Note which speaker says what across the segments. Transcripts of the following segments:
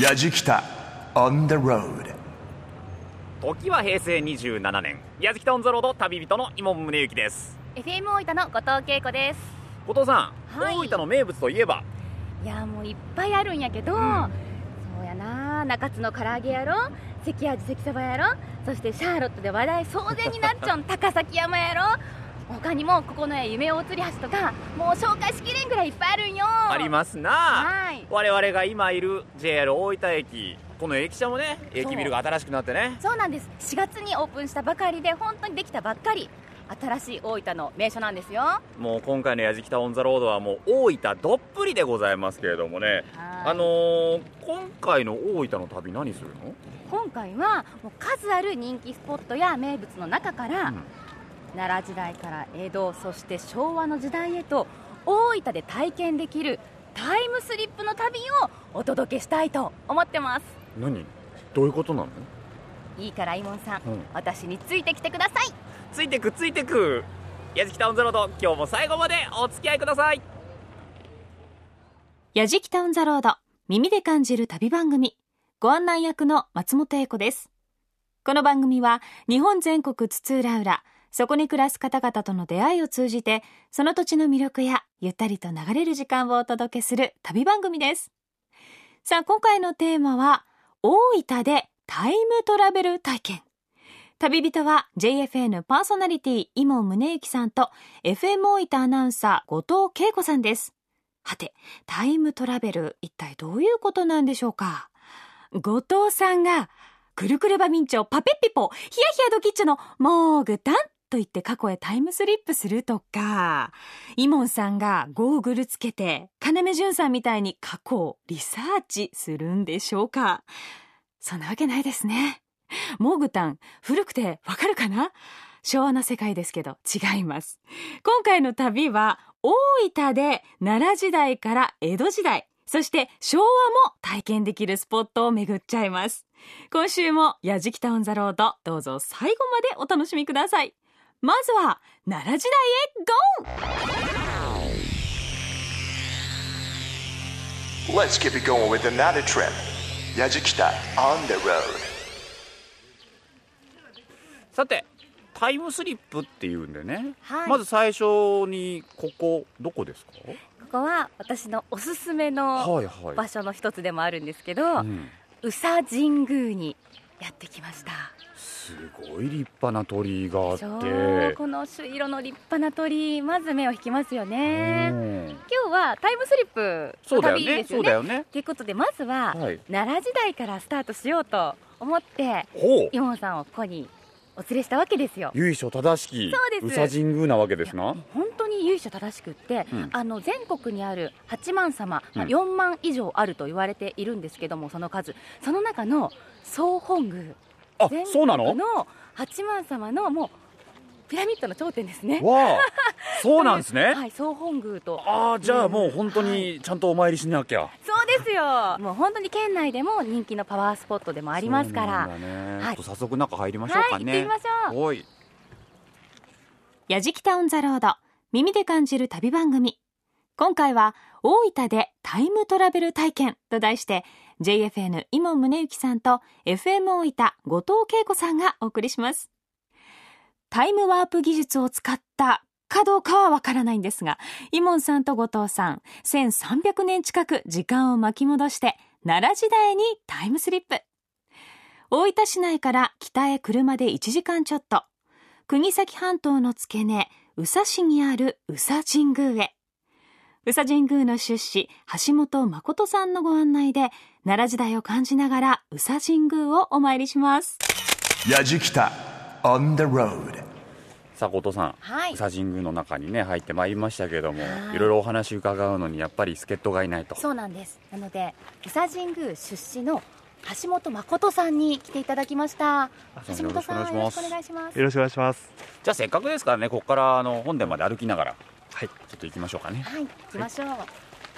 Speaker 1: やじきた on the road
Speaker 2: 時は平成27年矢敷とオン・ザ・ロード旅人の今宗行です
Speaker 3: FM 大分の後藤恵子です
Speaker 2: 後藤さん、
Speaker 3: はい
Speaker 2: 大分の名物といえば
Speaker 3: いやもういっぱいあるんやけど、
Speaker 2: ん
Speaker 3: そうやな中津の唐揚げやろ関味関そばやろそしてシャーロットで話題騒然になっちゃ う高崎山やろ他にもここのや夢大吊り橋とかもう紹介しきれんぐらいいっぱいあるんよ
Speaker 2: ありますな、
Speaker 3: はい
Speaker 2: 我々が今いる JR 大分駅この駅舎もね駅ビルが新しくなってね
Speaker 3: そうなんです4月にオープンしたばかりで本当にできたばっかり新しい大分の名所なんですよは
Speaker 2: もう今回の「やじきたオン・ザ・ロード」はもう大分どっぷりでございますけれどもね
Speaker 3: い
Speaker 2: あのー、今回の大分の旅何するの
Speaker 3: 今回はもう数ある人気スポットや名物の中か
Speaker 2: う
Speaker 3: ら、
Speaker 2: ん
Speaker 3: 奈良時代から江戸そして昭和の時代へと大分で体験できるタイムスリップの旅をお届けしたいと思ってます
Speaker 2: 何どういうことなの
Speaker 3: いいからイモンさん、
Speaker 2: うん
Speaker 3: 私についてきてください
Speaker 2: ついてくついてく矢敷タウンゼロと今日も最後までお付き合いください
Speaker 4: やじきタウンザロード、耳で感じる旅番組、ご案内役の松本英子です。この番組は、日本全国津々浦々、そこに暮らす方々との出会いを通じて、その土地の魅力や、ゆったりと流れる時間をお届けする旅番組です。さあ、今回のテーマは、大分でタイムトラベル体験。旅人は JFN パーソナリティ、伊門宗行さんと、FM 大分アナウンサー、後藤恵子さんです。はて、タイムトラベル、一体どういうことなんでしょうか後藤さんが、くるくるばみんちょ、パペッピポ、ヒヤヒヤドキッチョの、もうぐたんと言って過去へタイムスリップするとか、イモンさんがゴーグルつけて、金目淳さんみたいに過去をリサーチするんでしょうかそんなわけないですね。モーグタン、古くてわかるかな昭和の世界ですけど違います。今回の旅は大分で奈良時代から江戸時代そして昭和も体験できるスポットを巡っちゃいます今週も「やじきたオン・ザ・ロード」どうぞ最後までお楽しみくださいまずは奈良時代へ
Speaker 1: Let's keep it going with another trip やじきた on the road
Speaker 2: さてタイムスリップっていうんでね、
Speaker 3: はい
Speaker 2: まず最初にここどこですか
Speaker 3: ここは私のおすすめの
Speaker 2: いは
Speaker 3: 場所の一つでもあるんですけど、
Speaker 2: うん、
Speaker 3: 宇佐神宮にやってきました
Speaker 2: すごい立派な鳥居があって
Speaker 3: そうこの朱色の立派な鳥居まず目を引きますよね、
Speaker 2: うん
Speaker 3: 今日はタイムスリップ
Speaker 2: そう
Speaker 3: の
Speaker 2: だよ
Speaker 3: 旅で
Speaker 2: ね
Speaker 3: す
Speaker 2: そ
Speaker 3: よ
Speaker 2: うだ
Speaker 3: ね
Speaker 2: よね
Speaker 3: ということでまずは、
Speaker 2: はい
Speaker 3: 奈良時代からスタートしようと思って
Speaker 2: ほう
Speaker 3: イモンさんをここにお連れしたわけですよ
Speaker 2: 由緒正しき
Speaker 3: そう
Speaker 2: 宇
Speaker 3: です
Speaker 2: 佐神宮なわけですな
Speaker 3: 本当に由緒正しくって、
Speaker 2: うん
Speaker 3: あの全国にある八幡様、まあ、
Speaker 2: うん
Speaker 3: 4万以上あると言われているんですけどもその数その中の総本宮
Speaker 2: あ
Speaker 3: 全
Speaker 2: そう
Speaker 3: 国
Speaker 2: なの
Speaker 3: の八幡様のもうピラミッドの頂点ですね
Speaker 2: わあそうなんですね
Speaker 3: はい、総本宮と
Speaker 2: ああじゃあもう本当にちゃんとお参りしなきゃ
Speaker 3: そうですよもう本当に県内でも人気のパワースポットでもありますか
Speaker 2: そうな
Speaker 3: ら
Speaker 2: んだね
Speaker 3: はい
Speaker 2: ちょっと早速中入りましょ
Speaker 3: は
Speaker 2: うか
Speaker 3: い行って
Speaker 2: ね
Speaker 3: みましょう
Speaker 2: おい
Speaker 4: 「やじきたオン・ザ・ロード」耳で感じる旅番組今回は「大分でタイムトラベル体験」と題して JFN 伊門宗行さんと FM 大分後藤恵子さんがお送りしますタイムワープ技術を使ったかどうかはわからないんですが伊門さんと後藤さん1300年近く時間を巻き戻して奈良時代にタイムスリップ大分市内から北へ車で1時間ちょっと国東半島の付け根宇佐市にある宇佐神宮へ宇佐神宮の出資橋本誠さんのご案内で奈良時代を感じながら宇佐神宮をお参りします
Speaker 1: やじきた on the road
Speaker 2: さあ後藤さん
Speaker 3: はい
Speaker 2: 宇佐神宮の中にね入ってまいりましたけれども
Speaker 3: はい
Speaker 2: いろいろお話伺うのにやっぱり助っ人がいないと
Speaker 3: そうなんですなので宇佐神宮出資の橋本誠さんに来ていただきました
Speaker 2: そう
Speaker 3: 橋本さん
Speaker 2: よろ
Speaker 3: よろ
Speaker 2: し
Speaker 3: し
Speaker 2: く
Speaker 3: く
Speaker 2: お願
Speaker 3: お願いします
Speaker 5: よろしくお願いします。
Speaker 2: じゃあせっかくですからねここからあの本殿まで歩きながら
Speaker 5: はい
Speaker 2: ちょっと行きましょうかね
Speaker 3: はい行きましょう、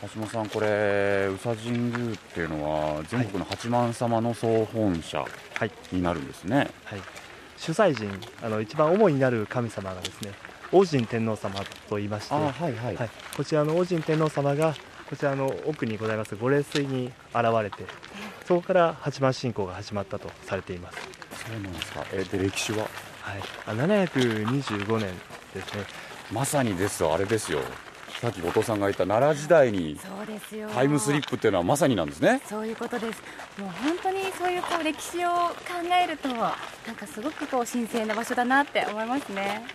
Speaker 2: 橋本さんこれ宇佐神宮っていうのは全国の八幡様の総本社
Speaker 5: はい
Speaker 2: になるんですね
Speaker 5: はい。主催神、あの一番主になる神様がですね、王神天皇様と言いまして、は、
Speaker 2: はいはい
Speaker 5: こちらの王神天皇様がこちらの奥にございます御霊水に現れて、そこから八幡信仰が始まったとされています、
Speaker 2: そうなんですか。えで歴史は
Speaker 5: はい、あ725年ですね
Speaker 2: まさにですあれですよ。さっき後藤さんが言った奈良時代に
Speaker 3: そうですよ
Speaker 2: タイムスリップっていうのはまさになんですね。
Speaker 3: そういうことです。もう本当にそういうこう歴史を考えると、なんかすごくこう神聖な場所だなって思いますね。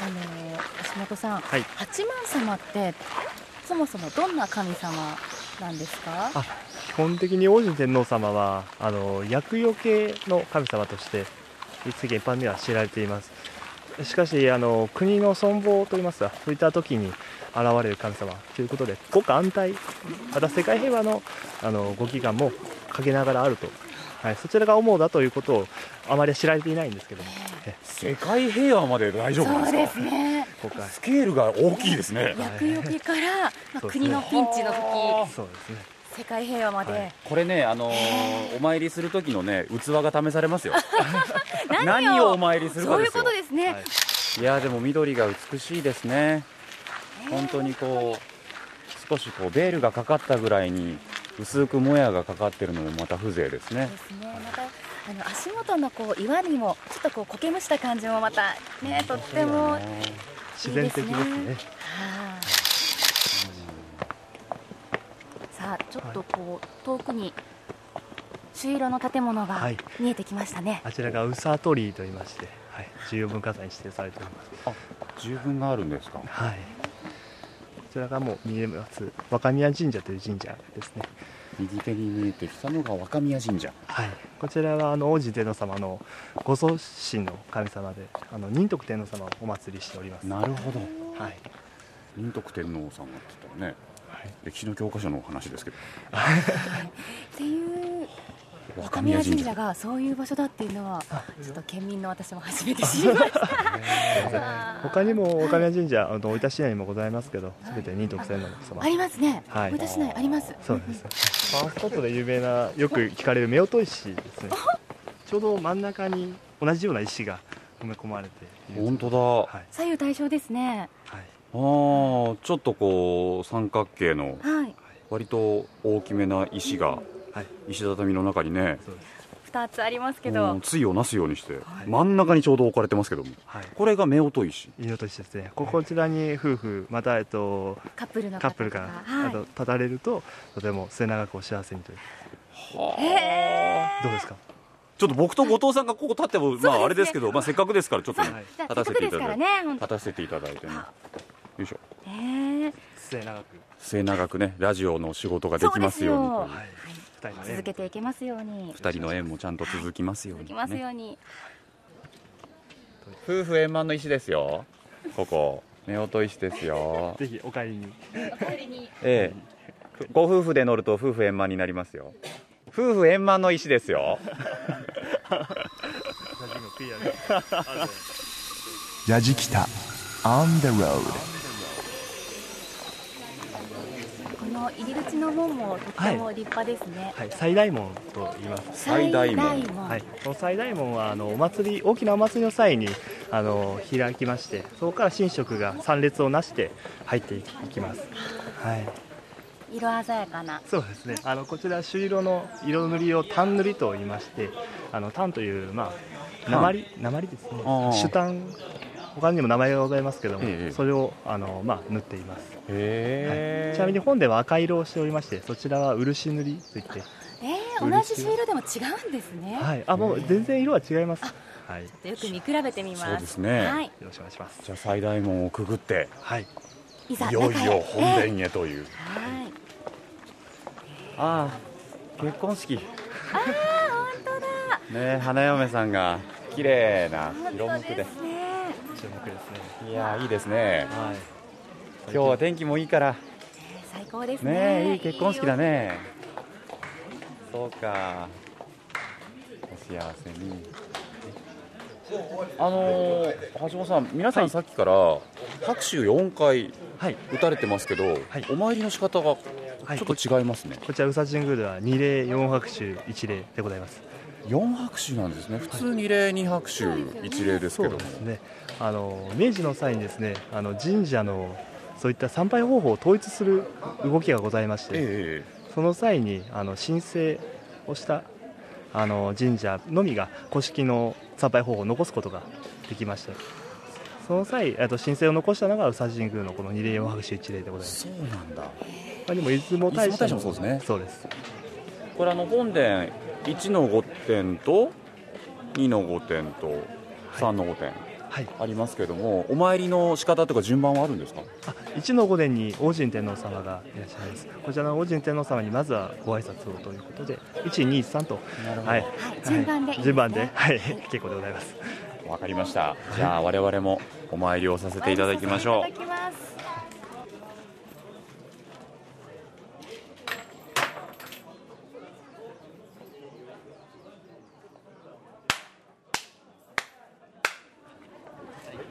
Speaker 3: あのー橋本さん、
Speaker 5: はい
Speaker 3: 八幡様ってそもそもどんな神様なんですか？
Speaker 5: あ基本的に王子天皇様はあの厄除けの神様として世間一般では知られていますしかしあの国の存亡といいますかそういった時に現れる神様ということで国家安泰また世界平和のあのご祈願もかけながらあると、はい、そちらが主だということをあまり知られていないんですけどもえ
Speaker 2: 世界平和まで大丈夫なん
Speaker 3: そう
Speaker 2: で
Speaker 3: ですす
Speaker 2: か。
Speaker 3: ね。
Speaker 5: 国家
Speaker 2: スケールが大きいですね。
Speaker 3: 厄除けから、まあ、
Speaker 5: そうですね
Speaker 3: 国のピンチの時、
Speaker 5: そうですね
Speaker 3: 世界平和まで、
Speaker 5: はい
Speaker 2: これね、あのーお参りする時のね、器が試されますよ。
Speaker 3: 何を
Speaker 2: 何をお参りするか
Speaker 3: そう
Speaker 2: で
Speaker 3: い
Speaker 2: す
Speaker 3: うこ
Speaker 2: よ
Speaker 3: と。ですね。
Speaker 5: はい
Speaker 2: いやでも緑が美しいですね。本当にこう少しこうベールがかかったぐらいに薄くもやがかかってるのもまた風情ですね
Speaker 3: で。すね。またあの足元のこう岩にもちょっとこう苔むした感じもまたね、とっても。
Speaker 5: 自然的です
Speaker 3: いい
Speaker 5: ね
Speaker 3: ですさあちょっとこう遠くに朱色の建物が
Speaker 5: はい
Speaker 3: 見えてきましたね、
Speaker 5: あちらがウサ鳥居と言いまして、はい、重要文化財に指定されております
Speaker 2: 十分があるんですか。
Speaker 5: はい。こちらがもう見えます若宮神社という神社ですね。
Speaker 2: 右手に見えてきたのが若宮神社。
Speaker 5: はい。こちらはあの王子天皇様のご祖神の神様で、あの仁徳天皇様をお祭りしております。
Speaker 2: なるほど。
Speaker 5: はい。
Speaker 2: 仁徳天皇さんがって言ったらね、歴史の教科書のお話ですけど、
Speaker 3: っていう
Speaker 2: 若
Speaker 3: 若
Speaker 2: 宮
Speaker 3: 宮
Speaker 2: 神
Speaker 3: 神
Speaker 2: 社
Speaker 3: 社。がそういう場所だっていうのはちょっと県民の私も初めて知りましたわあ
Speaker 5: 他にも若宮神社、あの大分市内にもございますけど、すべて仁徳天皇様
Speaker 3: あ。りますね
Speaker 5: はい
Speaker 3: 大分市内あります
Speaker 5: そうです。ファーストットで有名な、よく聞かれる夫婦石ですね。ちょうど真ん中に同じような石が埋め込まれている。
Speaker 2: 本当だ。
Speaker 5: はい。
Speaker 3: 左右対称ですね
Speaker 5: はい。
Speaker 2: ああ、ちょっとこう三角形の
Speaker 3: はい
Speaker 2: 割と大きめな石が
Speaker 5: はい。
Speaker 2: 石畳の中にね、
Speaker 5: そうです。
Speaker 3: 二つありますけ
Speaker 2: うん
Speaker 3: ど
Speaker 2: ついをなすようにして、
Speaker 5: はい
Speaker 2: 真ん中にちょうど置かれてますけども、
Speaker 5: はい。
Speaker 2: これが夫婦石。
Speaker 5: 色としてですね、ここちらに夫婦、また、えっと、
Speaker 3: カップルの
Speaker 5: カッ
Speaker 3: 方
Speaker 5: プル
Speaker 3: とか
Speaker 5: が、
Speaker 3: は
Speaker 5: あと立たれるととても末永くお幸せにという
Speaker 3: い、へー
Speaker 5: どうですか、
Speaker 2: ちょっと僕と後藤さんがここ立っても、まああれですけど、まあせっかくですから、ちょっと
Speaker 5: は
Speaker 2: ね
Speaker 5: い、
Speaker 3: じゃあ
Speaker 2: 立
Speaker 3: せったか
Speaker 2: せ
Speaker 3: く
Speaker 2: て
Speaker 3: で
Speaker 2: い
Speaker 3: す
Speaker 2: ただ
Speaker 3: から
Speaker 2: いて、
Speaker 3: ね本当
Speaker 2: 立たせていただいてね、よいしょ、
Speaker 3: ねえ
Speaker 5: 末 永く、
Speaker 2: 末永くね、ラジオの仕事ができますように
Speaker 3: そう
Speaker 2: と
Speaker 3: です
Speaker 2: いう
Speaker 5: はい、2人の
Speaker 3: 続けていけますように
Speaker 2: 二人の縁もちゃんと続きますよう
Speaker 3: 続
Speaker 2: に
Speaker 3: きます
Speaker 2: ね。
Speaker 3: ように、
Speaker 2: 夫婦円満の石ですよ。ここ、夫婦石ですよ。
Speaker 5: ぜひお帰りに
Speaker 2: ええ、ご夫婦で乗ると夫婦円満になりますよ。夫婦円満の石ですよ。
Speaker 1: ヤジキタ on the road
Speaker 3: この入り口の門もとっても立派ですね、
Speaker 5: はい、最大門と言います
Speaker 2: 最大門
Speaker 3: 最
Speaker 5: はい、この最大門はあのお祭り大きなお祭りの際にあの開きましてそこから神職が参列をなして入っていきますはい
Speaker 3: 色鮮やかな
Speaker 5: そうですね。あのこちら朱色の色塗りを単塗りと言いまして、あの単というまあ
Speaker 2: 単
Speaker 5: 鉛鉛ですね
Speaker 2: ああ。
Speaker 5: 朱単他にも名前がございますけども、
Speaker 2: ええ
Speaker 5: それをあのまあ塗っています、はい。
Speaker 2: へ
Speaker 5: ちなみに本では赤色をしておりまして、そちらは漆塗りといって、
Speaker 3: えー、同
Speaker 5: 嬉し
Speaker 3: じ
Speaker 5: い
Speaker 3: 朱色でも違うんですね、
Speaker 5: はい。あもう全然色は違います。はい。よ
Speaker 3: よく見比べてみます
Speaker 2: そうですね
Speaker 3: はい、
Speaker 5: ろしくお願いします。
Speaker 2: じゃあ最大門をくぐって、
Speaker 5: はい。
Speaker 3: いざ
Speaker 2: いよいよ本
Speaker 3: に、
Speaker 2: 殿へという。
Speaker 3: えーはい
Speaker 2: ああ結婚式ね
Speaker 3: あー本当だ
Speaker 2: え花嫁さんが綺麗な色
Speaker 3: 本
Speaker 2: むくで
Speaker 3: 当ですね
Speaker 5: 注目ですね。
Speaker 2: いやーいいですね
Speaker 5: はい。
Speaker 2: 今日は天気もいいから
Speaker 3: 最高ですね
Speaker 2: ねえいい結婚式だねそうかお幸せにあのー橋本さん皆さんさっきから拍手4回
Speaker 5: はい。
Speaker 2: 打たれてますけど、
Speaker 5: はい
Speaker 2: お参りの仕方がち
Speaker 5: はい
Speaker 2: ょっと違いますね、
Speaker 5: こちら宇佐神宮では二礼四拍手一礼でございます。
Speaker 2: 4拍手なんですね普通2礼2拍手1礼です
Speaker 5: そ
Speaker 2: け
Speaker 5: う
Speaker 2: ども
Speaker 5: ですね。あの明治の際にですね、あの神社のそういった参拝方法を統一する動きがございまして、
Speaker 2: ええ
Speaker 5: その際にあの神聖をしたあの神社のみが古式の参拝方法を残すことができましたその際あと神聖を残したのが宇佐神宮のこの二例山白一例でございます
Speaker 2: そうなんだ
Speaker 5: 他にも出雲大社
Speaker 2: 出雲大社もそうですね
Speaker 5: そうです
Speaker 2: これあの本殿1の御殿と2の御殿と3の御殿
Speaker 5: はい
Speaker 2: ありますけどもお参りの仕方とか順番はあるんですか
Speaker 5: あ一の御殿に王神天皇様がいらっしゃいますこちらの王神天皇様にまずはご挨拶をということで123と
Speaker 2: なる
Speaker 5: はい
Speaker 3: 順番でいいですね
Speaker 5: 順番ではい結構でございます
Speaker 2: わかりましたじゃあ我々もお参りをさせていただきましょ
Speaker 3: いただきます
Speaker 2: う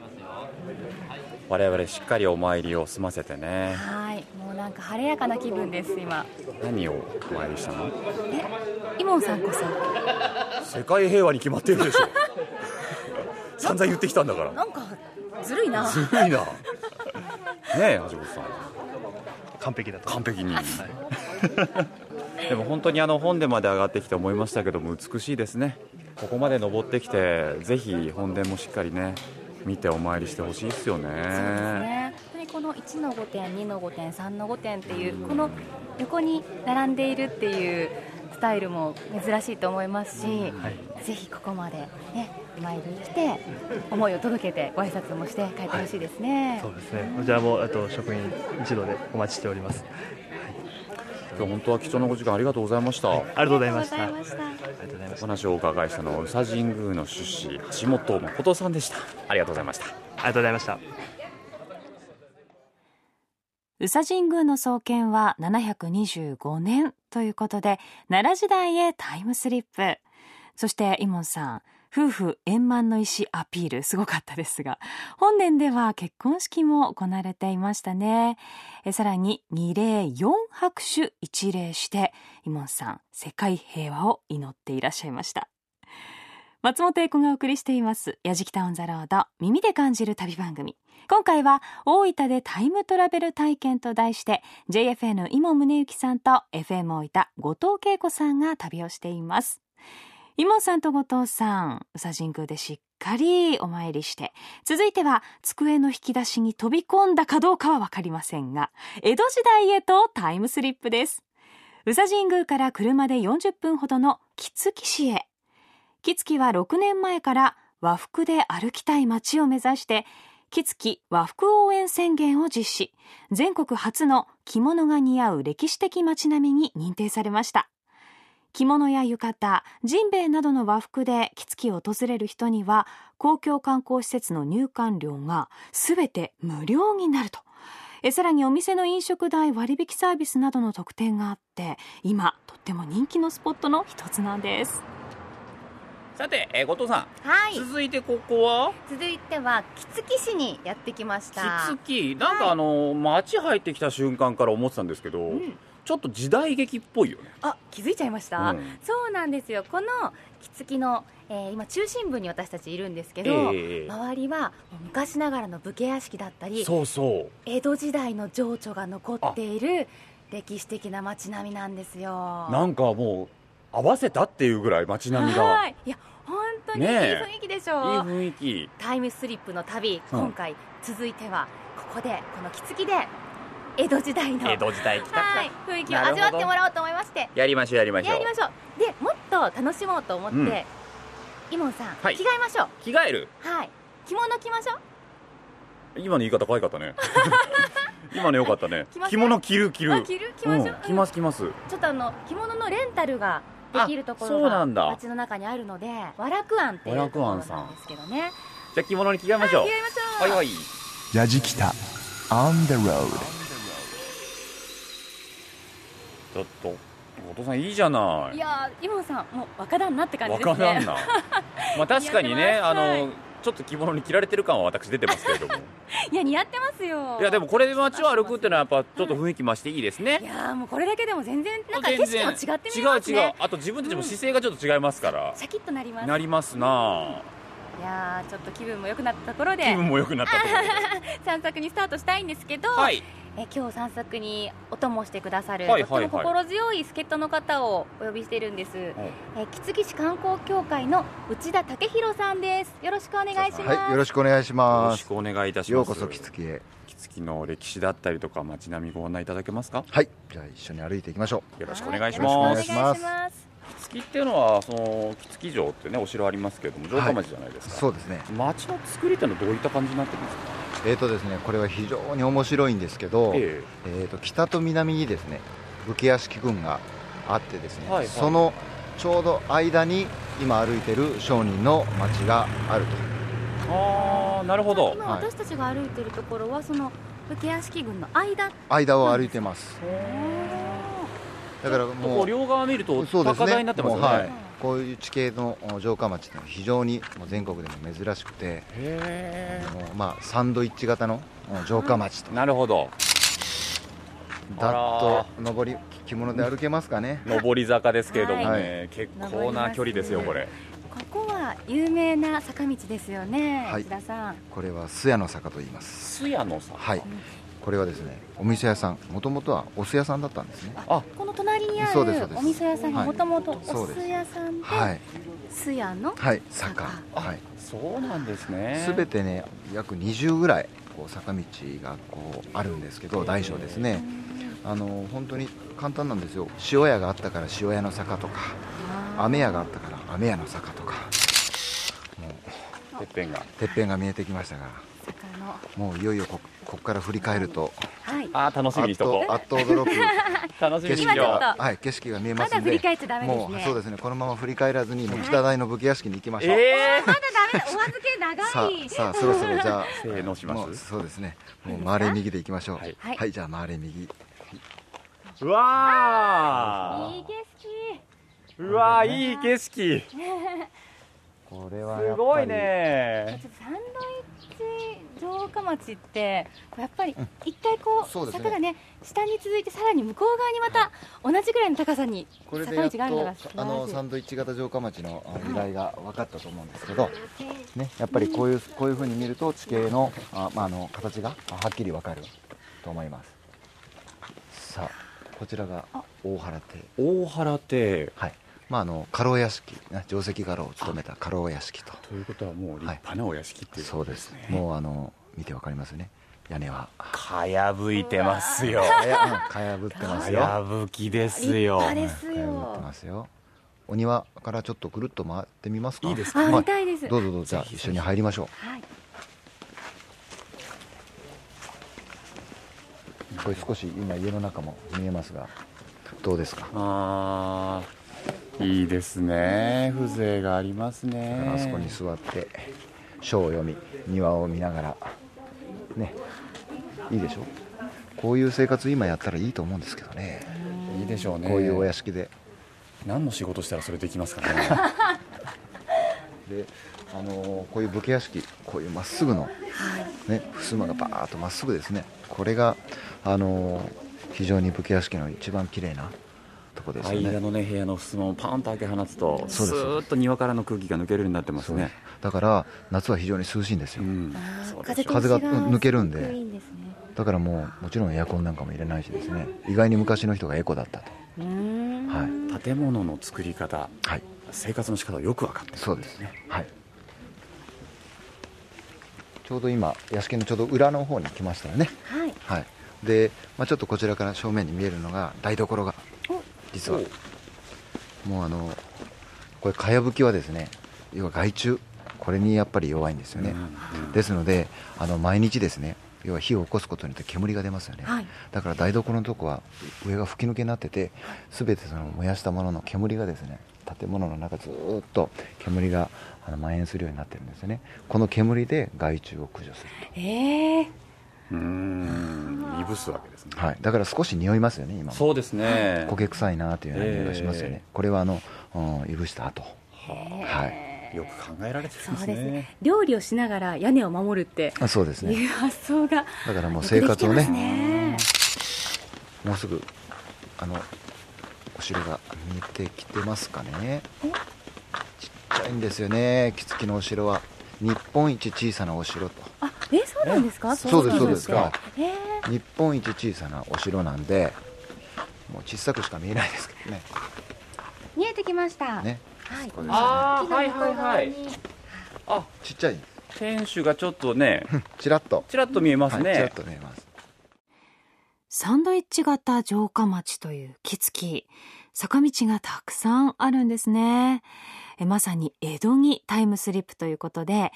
Speaker 2: 我々しっかりお参りを済ませてね
Speaker 3: はいもうなんか晴れやかな気分です今
Speaker 2: 何をお参りしたの
Speaker 3: イモンさんこそ
Speaker 2: 世界平和に決まってる でしょ散々言ってきたんだから
Speaker 3: なんかずるいな
Speaker 2: ずるいなねえ橋本さん
Speaker 5: 完璧だと
Speaker 2: 完璧に でも本当にあの本殿まで上がってきて思いましたけども美しいですねここまで登ってきてぜひ本殿もしっかりね見てお参りしてほしいですよ
Speaker 3: そうです
Speaker 2: ね
Speaker 3: ね本当にこの1の5点2の5点3の5点っていうこの横に並んでいるっていうスタイルも珍しいと思いますし、ぜひここまでねお参りに来て思いを届けてご挨拶もして帰ってほしいですね、
Speaker 5: そうですねこちらもあと職員一同でお待ちしております
Speaker 2: 今日本当は貴重なご時間ありがとうございました、
Speaker 5: ありがとうございました
Speaker 3: あ
Speaker 5: あ
Speaker 3: り
Speaker 5: り
Speaker 3: がとうございまし
Speaker 5: が
Speaker 3: た
Speaker 5: とうございまし
Speaker 2: お
Speaker 5: た
Speaker 2: 話をお伺いしたのは宇佐神宮の出資橋本誠さんでしたありがとうございました
Speaker 5: ありがとうございました
Speaker 4: 宇佐神宮の創建は725年ということで奈良時代へタイムスリップそしてイモンさん夫婦円満の意思アピールすごかったですが本年では結婚式も行われていましたねえさらに二礼四拍手一礼してイモンさん世界平和を祈っていらっしゃいました松本英子がお送りしています「やじきたオン・ザ・ロード耳で感じる旅番組」今回は大分でタイムトラベル体験と題して JFN 伊門宗行さんと FM 大分後藤恵子さんが旅をしています伊門さんと後藤さん宇佐神宮でしっかりお参りして続いては机の引き出しに飛び込んだかどうかは分かりませんが江戸時代へとタイムスリップです宇佐神宮から車で40分ほどの杵築市へ杵築は6年前から和服で歩きたい街を目指して杵築和服応援宣言を実施全国初の着物が似合う歴史的街並みに認定されました着物や浴衣ジンベエなどの和服で杵築を訪れる人には公共観光施設の入館料が全て無料になるとえさらにお店の飲食代割引サービスなどの特典があって今とっても人気のスポットの一つなんです
Speaker 2: さて、えー後藤さん、
Speaker 3: はい
Speaker 2: 続いてここは
Speaker 3: 続いては杵築市にやってきました
Speaker 2: 木月なんかあの街入ってきた瞬間から思ってたんですけど、
Speaker 3: うん
Speaker 2: ちょっと時代劇っぽいよね
Speaker 3: あ気づいちゃいました、
Speaker 2: うん
Speaker 3: そうなんですよこの杵築の、えー今中心部に私たちいるんですけど、
Speaker 2: ええ
Speaker 3: 周りはもう昔ながらの武家屋敷だったり
Speaker 2: そうそう
Speaker 3: 江戸時代の情緒が残っている歴史的な街並みなんですよ
Speaker 2: なんかもう合わせたっていうぐらい街並みが
Speaker 3: はい
Speaker 2: い
Speaker 3: いいや本当にいい
Speaker 2: ねえ
Speaker 3: 雰囲気でし
Speaker 2: い
Speaker 3: ょう、
Speaker 2: 雰囲気
Speaker 3: タイムスリップの旅
Speaker 2: うん
Speaker 3: 今回続いてはここでこの杵築で江戸時代の
Speaker 2: 江戸時代来た
Speaker 3: はい雰囲気を味わってもらおうと思いまして
Speaker 2: やりましょうやりましょ
Speaker 3: や
Speaker 2: う
Speaker 3: りましょうでもっと楽しもうと思って、
Speaker 2: うん
Speaker 3: イモンさん、
Speaker 2: はい
Speaker 3: 着替えましょう
Speaker 2: 着替える
Speaker 3: はい着物着ましょう
Speaker 2: 今の言い方可愛かった ね今のよかったね
Speaker 3: 着ます
Speaker 2: 着物着る着る
Speaker 3: あ着る着ましょう、
Speaker 2: うん着
Speaker 3: うん
Speaker 2: ます着ます
Speaker 3: ちょっとあの着物のレンタルができるところ
Speaker 2: あそうな
Speaker 3: が
Speaker 2: んだ
Speaker 3: 街の中にあるので和楽庵っていうところなんですけどね
Speaker 2: じゃあ着物に着替えましょう
Speaker 3: はい着替えましょう
Speaker 2: はいはい
Speaker 1: ヤジキタ on the road
Speaker 2: ちょっと後藤さんいいじゃない
Speaker 3: いやーイモンさんもう若旦那って感じですね
Speaker 2: わからんなまあ確かに
Speaker 3: やっ
Speaker 2: ね
Speaker 3: てます
Speaker 2: あ
Speaker 3: はい
Speaker 2: のちょっと着物に着られてる感は私出てますけれど も
Speaker 3: いや似合ってますよ
Speaker 2: いやでもこれで街を歩くっていうのはやっぱちょっと雰囲気増していいですね
Speaker 3: いやーもうこれだけでも全然なんか景色も違って見え
Speaker 2: 違
Speaker 3: ま
Speaker 2: う
Speaker 3: す
Speaker 2: 違う
Speaker 3: ね
Speaker 2: あと自分たちも姿勢がちょっと違いますから、
Speaker 3: シャキッとなります
Speaker 2: なりますなあ
Speaker 3: いやーちょっと気分も良くなったところで
Speaker 2: 気分も良くなったところで
Speaker 3: 散策にスタートしたいんですけど、
Speaker 2: はい
Speaker 3: え今日散策にお供してくださる、
Speaker 2: はいはいはい
Speaker 3: とっても心強い助っ人の方をお呼びしているんです、え杵築市観光協会の内田武弘さんですよろしくお願いします、
Speaker 6: はい、よろしくお願いし
Speaker 2: よ
Speaker 6: ま
Speaker 2: ろし
Speaker 6: す。
Speaker 2: くお願いいたします
Speaker 6: ようこそ木月へ。
Speaker 2: 杵築の歴史だったりとか街並みご案内いただけますか
Speaker 6: はい、じゃあ一緒に歩いていきましょ
Speaker 2: よろしくお願いし
Speaker 6: は
Speaker 2: ま
Speaker 6: い
Speaker 2: す
Speaker 6: よろしくお願いします
Speaker 2: 杵築っていうのはその杵築城ってねお城ありますけれども城下町じゃないで
Speaker 6: う。
Speaker 2: すか、
Speaker 6: そうですね。
Speaker 2: 町の作りってのはどういった感じになってるんですか
Speaker 6: えっ、とですね、これは非常に面白いんですけど、えっ、
Speaker 2: え
Speaker 6: と北と南にですね、武家屋敷群があってですね、
Speaker 2: はいはい
Speaker 6: そのちょうど間に今歩いてる商人の町がある
Speaker 2: えああなるほど
Speaker 3: 今
Speaker 6: はい
Speaker 3: 私たちが歩いてるところはその武家屋敷群の間
Speaker 6: と間を歩いてます。だから
Speaker 2: こ
Speaker 6: も
Speaker 2: う
Speaker 6: う。
Speaker 2: 両側見ると
Speaker 6: そうです
Speaker 2: 高
Speaker 6: ね
Speaker 2: 台になってますよね
Speaker 6: もうはいこういう地形のお城下町っていうのは非常にもう全国でも珍しくて、
Speaker 2: へ
Speaker 6: もうまあサンドイッチ型のお城下町と
Speaker 2: えなるほど
Speaker 6: だ
Speaker 2: あ
Speaker 6: っと上り着物で歩けますかね
Speaker 2: 上り坂ですけれどもね、
Speaker 6: は
Speaker 2: 結構な距離ですよこれ
Speaker 3: ここは有名な坂道ですよね、
Speaker 6: はい
Speaker 3: 内田さん
Speaker 6: これは須屋の坂と言います
Speaker 2: 須屋のさん
Speaker 6: はいこれはですねお店屋さんもともとはお酢屋さんだったんですね
Speaker 2: あ
Speaker 3: この隣にある
Speaker 6: そうですそうです
Speaker 3: お店屋さんに
Speaker 6: はい
Speaker 3: もともとお
Speaker 6: そうです
Speaker 3: 酢屋さんで
Speaker 6: はい
Speaker 3: 酢屋の
Speaker 6: はい坂はい
Speaker 2: そうなんですね
Speaker 6: すべてね約20ぐらいこう坂道がこうあるんですけど大小ですねあの本当に簡単なんですよ塩屋があったから塩屋の坂とか雨屋があったから雨屋の坂とかもう
Speaker 2: てっぺんが
Speaker 6: てっぺんが見えてきましたが
Speaker 3: 坂の
Speaker 6: もういよいよこここから振り返ると
Speaker 3: はい
Speaker 2: あー楽しみにしとこ
Speaker 6: あっとあっと驚く
Speaker 2: う 楽
Speaker 6: 景
Speaker 2: しみにし
Speaker 6: 色
Speaker 2: よ
Speaker 3: 今ちょ
Speaker 2: う
Speaker 6: が、はい、景色が見えま
Speaker 3: ますだ
Speaker 6: んで
Speaker 3: 振り返っちゃダメですね
Speaker 6: もうそうですねこのまま振り返らずにもう北台の武家屋敷に行きましょう、
Speaker 2: え
Speaker 3: まだダメだお預け
Speaker 6: さ
Speaker 3: 長い
Speaker 6: あさあそろそろじ ゃあ
Speaker 2: せーのします
Speaker 6: もうそうですねもう回れ右で行きましょう
Speaker 2: はい
Speaker 3: はい
Speaker 6: じゃあ回れ右
Speaker 2: ー、うわ
Speaker 3: いい景
Speaker 2: ーうわーいい景色
Speaker 6: これは
Speaker 2: すごいね
Speaker 3: 色サンドイッチ城下町ってやっぱり一回こう
Speaker 6: そうですね
Speaker 3: 坂がね下に続いてさらに向こう側にまた同じぐらいの高さに
Speaker 6: これで
Speaker 3: 坂
Speaker 6: やっ
Speaker 3: 道があるのが
Speaker 6: と
Speaker 3: 素晴
Speaker 6: あの
Speaker 3: らしい
Speaker 6: サンドイッチ型城下町のあ由来が分かったと思うんですけど、ね、やっぱりこういうこういう風に見ると地形のあ、まあ、あの形があはっきり分かると思いますさあこちらが大原邸
Speaker 2: 大原邸
Speaker 6: はいまあ、あの家老屋敷ね定石家老を務めた家老屋敷と
Speaker 2: ということはもう立派なお屋敷っていう
Speaker 6: そ
Speaker 2: こ
Speaker 6: う
Speaker 2: と
Speaker 6: ですもうあの見てわかりますね屋根は
Speaker 2: かやぶいてますよ
Speaker 6: かやうんかやぶってます
Speaker 2: か
Speaker 6: よ
Speaker 2: やぶきですよ
Speaker 3: 立派です
Speaker 6: かやぶって
Speaker 3: よ
Speaker 6: ますよお庭からちょっとぐるっと回ってみますか
Speaker 2: いいです
Speaker 3: かあ見たいです
Speaker 6: どうぞどうぞじゃあ一緒に入りましょ
Speaker 3: はい、
Speaker 6: うこれ少し今家の中も見えますがどうですか
Speaker 2: あーいいですね風情がありますね
Speaker 6: あそこに座って書を読み庭を見ながらねいいでしょこういう生活今やったらいいと思うんですけどね
Speaker 2: いいでしょうね
Speaker 6: こういうお屋敷で
Speaker 2: 何の仕事したらそれできますかね
Speaker 6: で、あのーこういう武家屋敷こういうまっすぐの、ね、襖がバーッとまっすぐですねこれが、あのー非常に武家屋敷の一番綺麗なとこですよ
Speaker 2: 間
Speaker 6: ね
Speaker 2: のね部屋の襖をパンと開け放つと
Speaker 6: そ
Speaker 2: ス
Speaker 6: うです
Speaker 2: ーッと庭からの空気が抜けるようになってます
Speaker 6: そうです
Speaker 2: ね
Speaker 6: だから夏は非常に涼しいんですよ、
Speaker 2: うん
Speaker 3: 風通し
Speaker 6: 風がうん抜けるん
Speaker 3: すごくい
Speaker 6: で
Speaker 3: いんですね
Speaker 6: だからもうもちろんエアコンなんかも入れないしですね意外に昔の人がエコだったと
Speaker 3: うーん
Speaker 6: はい、
Speaker 2: 建物の作り方
Speaker 6: はい、
Speaker 2: 生活の仕方がよく分かってる
Speaker 6: そうですねはいちょうど今屋敷のちょうど裏の方に来ましたよね
Speaker 3: はい
Speaker 6: はい、で、まあ、ちょっとこちらから正面に見えるのが台所が実はもうあのこれかやぶきはですね要は害虫これにやっぱり弱いんですよね、ですのであの毎日ですね要は火を起こすことによって煙が出ますよね、
Speaker 3: はい
Speaker 6: だから台所のとこは上が吹き抜けになってて全てその燃やしたものの煙がですね建物の中ずーっと煙があの蔓延するようになってるんですよねこの煙で害虫を駆除する
Speaker 3: ええ
Speaker 2: うーんいぶすわけですね
Speaker 6: と、はい、だから少し匂いますよね今も
Speaker 2: そうですね
Speaker 6: 焦げ臭いなというような匂いがしますよね、
Speaker 2: ええ
Speaker 6: これはあの、うん、いぶした後はい
Speaker 2: よく考えられてる
Speaker 3: そ
Speaker 2: ん
Speaker 3: う
Speaker 2: で
Speaker 3: ですす
Speaker 2: ね
Speaker 3: ね料理をしながら屋根を守るって
Speaker 6: あそうです
Speaker 3: い
Speaker 6: ね
Speaker 3: う発想が
Speaker 6: だからもう生活をね
Speaker 3: よくできてますね
Speaker 6: もうすぐあのお城が見えてきてますかねちっちゃいんですよね杵築のお城は日本一小さなお城と
Speaker 3: あえそうなんですか
Speaker 6: そうです
Speaker 3: な
Speaker 6: そ
Speaker 3: ん
Speaker 6: うです
Speaker 3: か
Speaker 6: は
Speaker 3: えー
Speaker 6: い日本一小さなお城なんでもう小さくしか見えないですけどね
Speaker 3: 見えてきました
Speaker 6: ね
Speaker 3: はい
Speaker 6: これ
Speaker 2: ああ
Speaker 3: 木の
Speaker 2: は
Speaker 3: 向
Speaker 2: い
Speaker 3: こ
Speaker 2: は
Speaker 3: う
Speaker 2: いは
Speaker 3: 側
Speaker 2: い
Speaker 3: に
Speaker 2: あ
Speaker 6: ちっちゃい
Speaker 2: 天守がちょっとね
Speaker 6: ちらっと
Speaker 2: ちらっと見えます
Speaker 6: はいちらっ
Speaker 2: ね、
Speaker 6: と見えます
Speaker 4: サンドイッチ型城下町という木付き坂道がたくさんあるんですねえまさに江戸にタイムスリップということで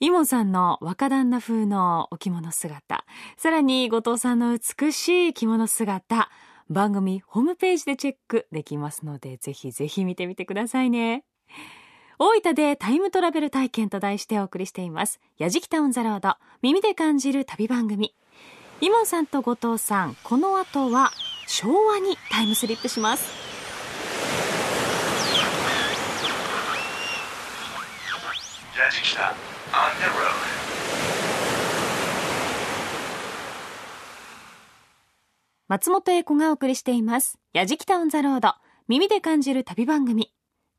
Speaker 4: イモンさんの若旦那風のお着物姿さらに後藤さんの美しい着物姿番組ホームページでチェックできますのでぜひぜひ見てみてくださいね大分でタイムトラベル体験と題してお送りしていますやじきたオンザロード耳で感じる旅番組イモンさんと後藤さんこの後は昭和にタイムスリップします
Speaker 1: ヤジキタ on the road
Speaker 4: 松本英子がお送りしています「やじきたオン・ザ・ロード」耳で感じる旅番組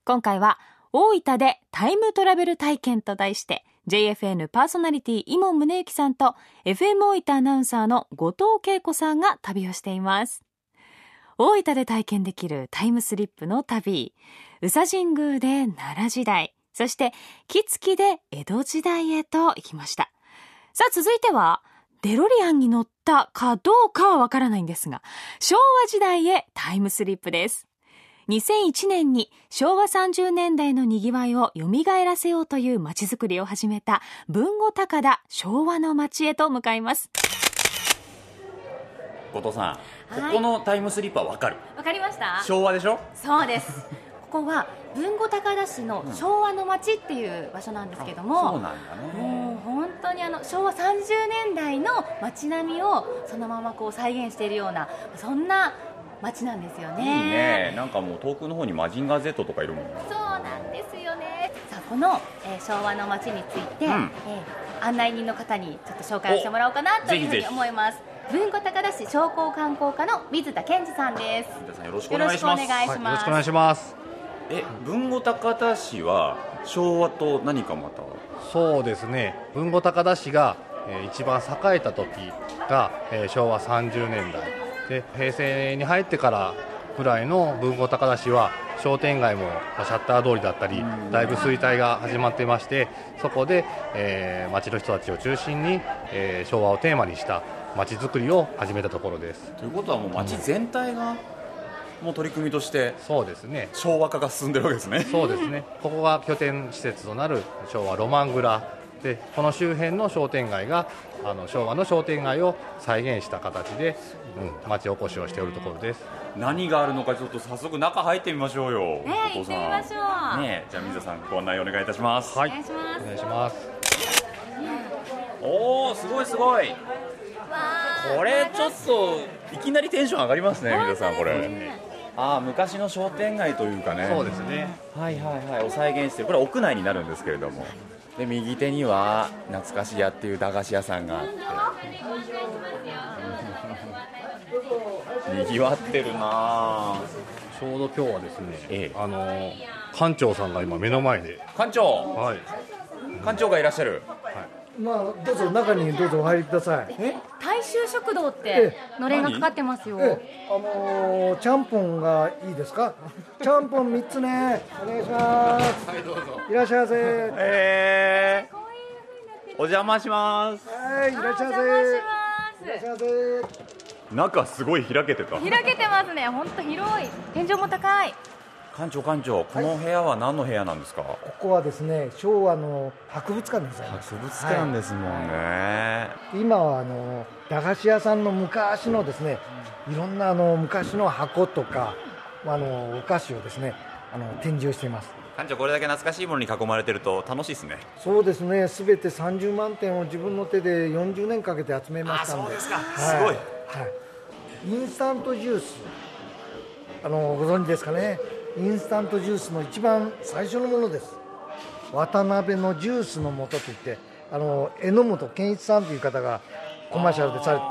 Speaker 4: 今回は大分でタイムトラベル体験と題して JFN パーソナリティ伊門宗行さんと FM 大分アナウンサーの後藤恵子さんが旅をしています大分で体験できるタイムスリップの旅宇佐神宮で奈良時代そして杵築で江戸時代へと行きましたさあ続いてはデロリアンに乗ったかどうかはわからないんですが、昭和時代へタイムスリップです。2001年に昭和30年代のにぎわいを蘇らせようという街づくりを始めた文後高田昭和の街へと向かいます。
Speaker 2: 後藤さん、
Speaker 3: は
Speaker 2: こ
Speaker 3: い
Speaker 2: このタイムスリップはわかる
Speaker 3: わかりました
Speaker 2: 昭和でしょ
Speaker 3: そうですここは豊後高田市の昭和の町っていう場所なんですけども、
Speaker 2: そうなんだね
Speaker 3: もう本当にあの昭和30年代の街並みをそのままこう再現しているようなそんな街なんですよね。
Speaker 2: いいねなんかもう遠くの方にマジンガー Z とかいるもんね
Speaker 3: そうなんですよね。さあこの、えー昭和の街について、
Speaker 2: うん
Speaker 3: えー案内人の方にちょっと紹介をしてもらおうかなというふう
Speaker 2: ぜひぜ
Speaker 3: に
Speaker 2: ひ
Speaker 3: 思います。文庫高田市商工観光課の水田健二さんです。
Speaker 2: 皆さんよろしくお
Speaker 3: よろ
Speaker 2: 願い
Speaker 3: し
Speaker 2: し
Speaker 3: くお
Speaker 2: ま
Speaker 3: 願
Speaker 2: す
Speaker 3: いします。
Speaker 7: よろしくお願いします
Speaker 2: え文後高田市は昭和と何かまた
Speaker 7: そうですね豊後高田市が、えー一番栄えた時が、えー昭和30年代で平成に入ってからぐらいの豊後高田市は商店街もまあシャッター通りだったりだいぶ衰退が始まってましてそこで、えー町の人たちを中心に、えー昭和をテーマにした町づくりを始めたところです
Speaker 2: ということはもう町全体がもう取り組みとして
Speaker 7: そうですね
Speaker 2: 昭和化が進んでるわけですね
Speaker 7: そうですね、ここが拠点施設となる昭和ロマングラで、この周辺の商店街があの昭和の商店街を再現した形で、うん、町おこしをしておるところです。
Speaker 2: 何があるのかちょっと早速中入ってみましょうよ
Speaker 3: ね
Speaker 2: 後
Speaker 3: 行っ
Speaker 2: 藤
Speaker 3: て
Speaker 2: さん
Speaker 3: みましょう。
Speaker 2: ねえじゃあ水田さんご案内お願いいたします、
Speaker 3: お願いします
Speaker 7: お。願いします。
Speaker 2: おおすごいすごいこれちょっといきなりテンション上がりますね水田さんこれああ昔の商店街というかね
Speaker 7: そうですね。
Speaker 2: はいはいはいお再現してるこれ屋内になるんですけれどもで右手には懐かし屋っていう駄菓子屋さんがあってにぎわってるなあ
Speaker 7: ちょうど今日はですね、
Speaker 2: ええ
Speaker 7: あの館長さんが今目の前で、
Speaker 2: 館長
Speaker 7: はい、
Speaker 2: 館長がいらっしゃる
Speaker 8: まあどうぞ中にどうぞお入りください。え
Speaker 3: 大衆食堂ってのれんがかかってますよ。
Speaker 8: えあのー、ちゃんぽんがいいですか？ちゃんぽん三つね。お願いします。はいどうぞ。いらっしゃいませ。は
Speaker 2: ええお邪魔します
Speaker 8: いいらっしゃいませ。いらっしゃいませ。
Speaker 2: 中すごい開けてた
Speaker 3: 開けてますね。本当広い。天井も高い。
Speaker 2: 館長館長この部屋は何の部屋なんですか
Speaker 8: ここはですね昭和の博物館でございます。
Speaker 2: 博物館ですもんね、
Speaker 8: 今はあの駄菓子屋さんの昔のですねいろんなあの昔の箱とかあのお菓子をですねあの展示をしています。
Speaker 2: 館長これだけ懐かしいものに囲まれてると楽しいですね
Speaker 8: そうですね、すべて30万点を自分の手で40年かけて集めましたんで、そうですか、
Speaker 2: すご
Speaker 8: は
Speaker 2: い
Speaker 8: い、インスタントジュース、あのご存知ですかね、インスタントジュースの一番最初のものです、渡辺のジュースの素といって、あの榎本健一さんという方がコマーシャルでされて、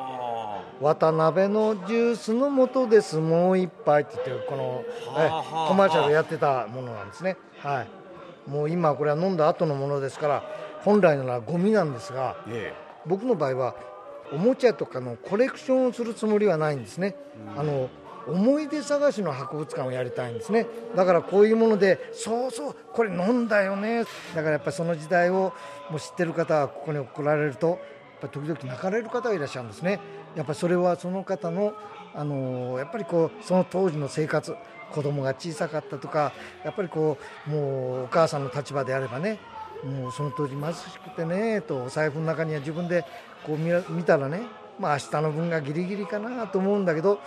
Speaker 8: 渡辺のジュースの素です、もう一杯って言って、この、えコマーシャルやってたものなんですね。はいもう今これは飲んだ後のものですから本来ならゴミなんですが
Speaker 7: え
Speaker 8: 僕の場合はおもちゃとかのコレクションをするつもりはないんですね、あの思い出探しの博物館をやりたいんですねだからこういうものでそうそうこれ飲んだよねだからやっぱりその時代をもう知ってる方はここに来られるとやっぱ時々泣かれる方がいらっしゃるんですねやっぱりそれはその方の、あのーやっぱりこうその当時の生活子供が小さかったとかやっぱりこうもうお母さんの立場であればねもうその当時貧しくてねとお財布の中には自分でこう見ら見たらね、まあ明日の分がギリギリかなと思うんだけど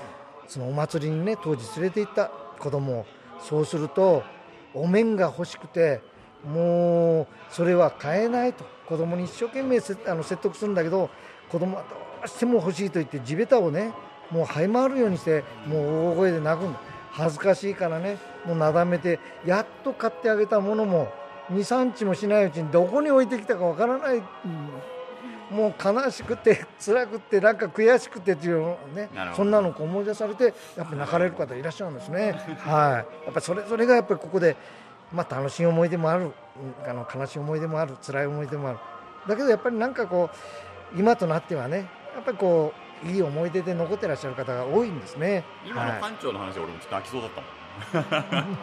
Speaker 8: そのお祭りにね当時連れて行った子供をそうするとお面が欲しくてもうそれは買えないと子供に一生懸命せあの説得するんだけど子供はどうしても欲しいと言って地べたをねもう這い回るようにしてもう大声で泣くんだ恥ずかしいからねもうなだめてやっと買ってあげたものも23日もしないうちにどこに置いてきたかわからない、うんもう悲しくて 辛くてなんか悔しくてっていうのをね
Speaker 2: なるほ
Speaker 8: そ
Speaker 2: ど
Speaker 8: んなのこう思い出されてやっぱ泣かれる方いらっしゃるんです ね。はい、やっぱそれぞれがやっぱりここでまあ、楽しい思い出もあるうんあの悲しい思い出もある辛い思い出もあるだけどやっぱりなんかこう今となってはねやっぱりこういい思い出で残ってらっしゃる方が多いんですね
Speaker 2: 今の
Speaker 8: はい、
Speaker 2: 館長の話、俺もちょっと泣きそうだったもん。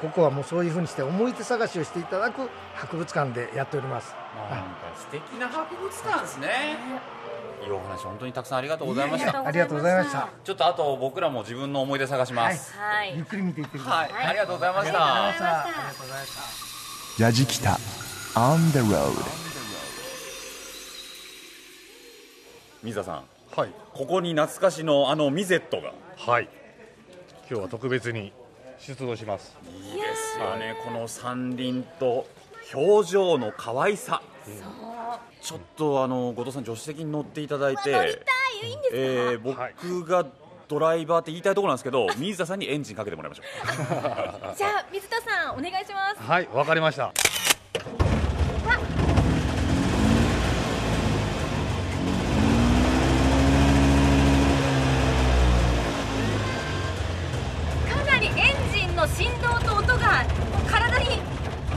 Speaker 8: ここはもうそういうふうにして思い出探しをしていただく博物館でやっております
Speaker 2: なんか素敵な博物館ですね。いいお話、本当にたくさんありがとうございまし
Speaker 8: いやい
Speaker 2: た。
Speaker 8: やありがとうございました
Speaker 2: ちょっとあと僕らも自分の思い出探します。
Speaker 3: はい
Speaker 8: ゆっくり見ていってくださ
Speaker 2: はい
Speaker 8: い、、
Speaker 2: ありがとうございました。
Speaker 8: さあありがとうございました
Speaker 1: ヤジキタ on the road
Speaker 2: 水田さん、
Speaker 7: はい
Speaker 2: ここに懐かしのあのミゼットが。
Speaker 7: はい今日は特別に出動します
Speaker 2: いいですよね、この山林と表情の可愛さ、ちょっとあの後藤さん、助手席に乗っていただいて、
Speaker 3: 乗りたいいいんですか、
Speaker 2: えー
Speaker 7: はい
Speaker 2: 僕がドライバーって言いたいところなんですけど、水田さんにエンジンかけてもらいましょう。
Speaker 3: じゃあ水田さんお願いします
Speaker 7: はいわかりました
Speaker 3: かなりエンジンの振動と音がもう体に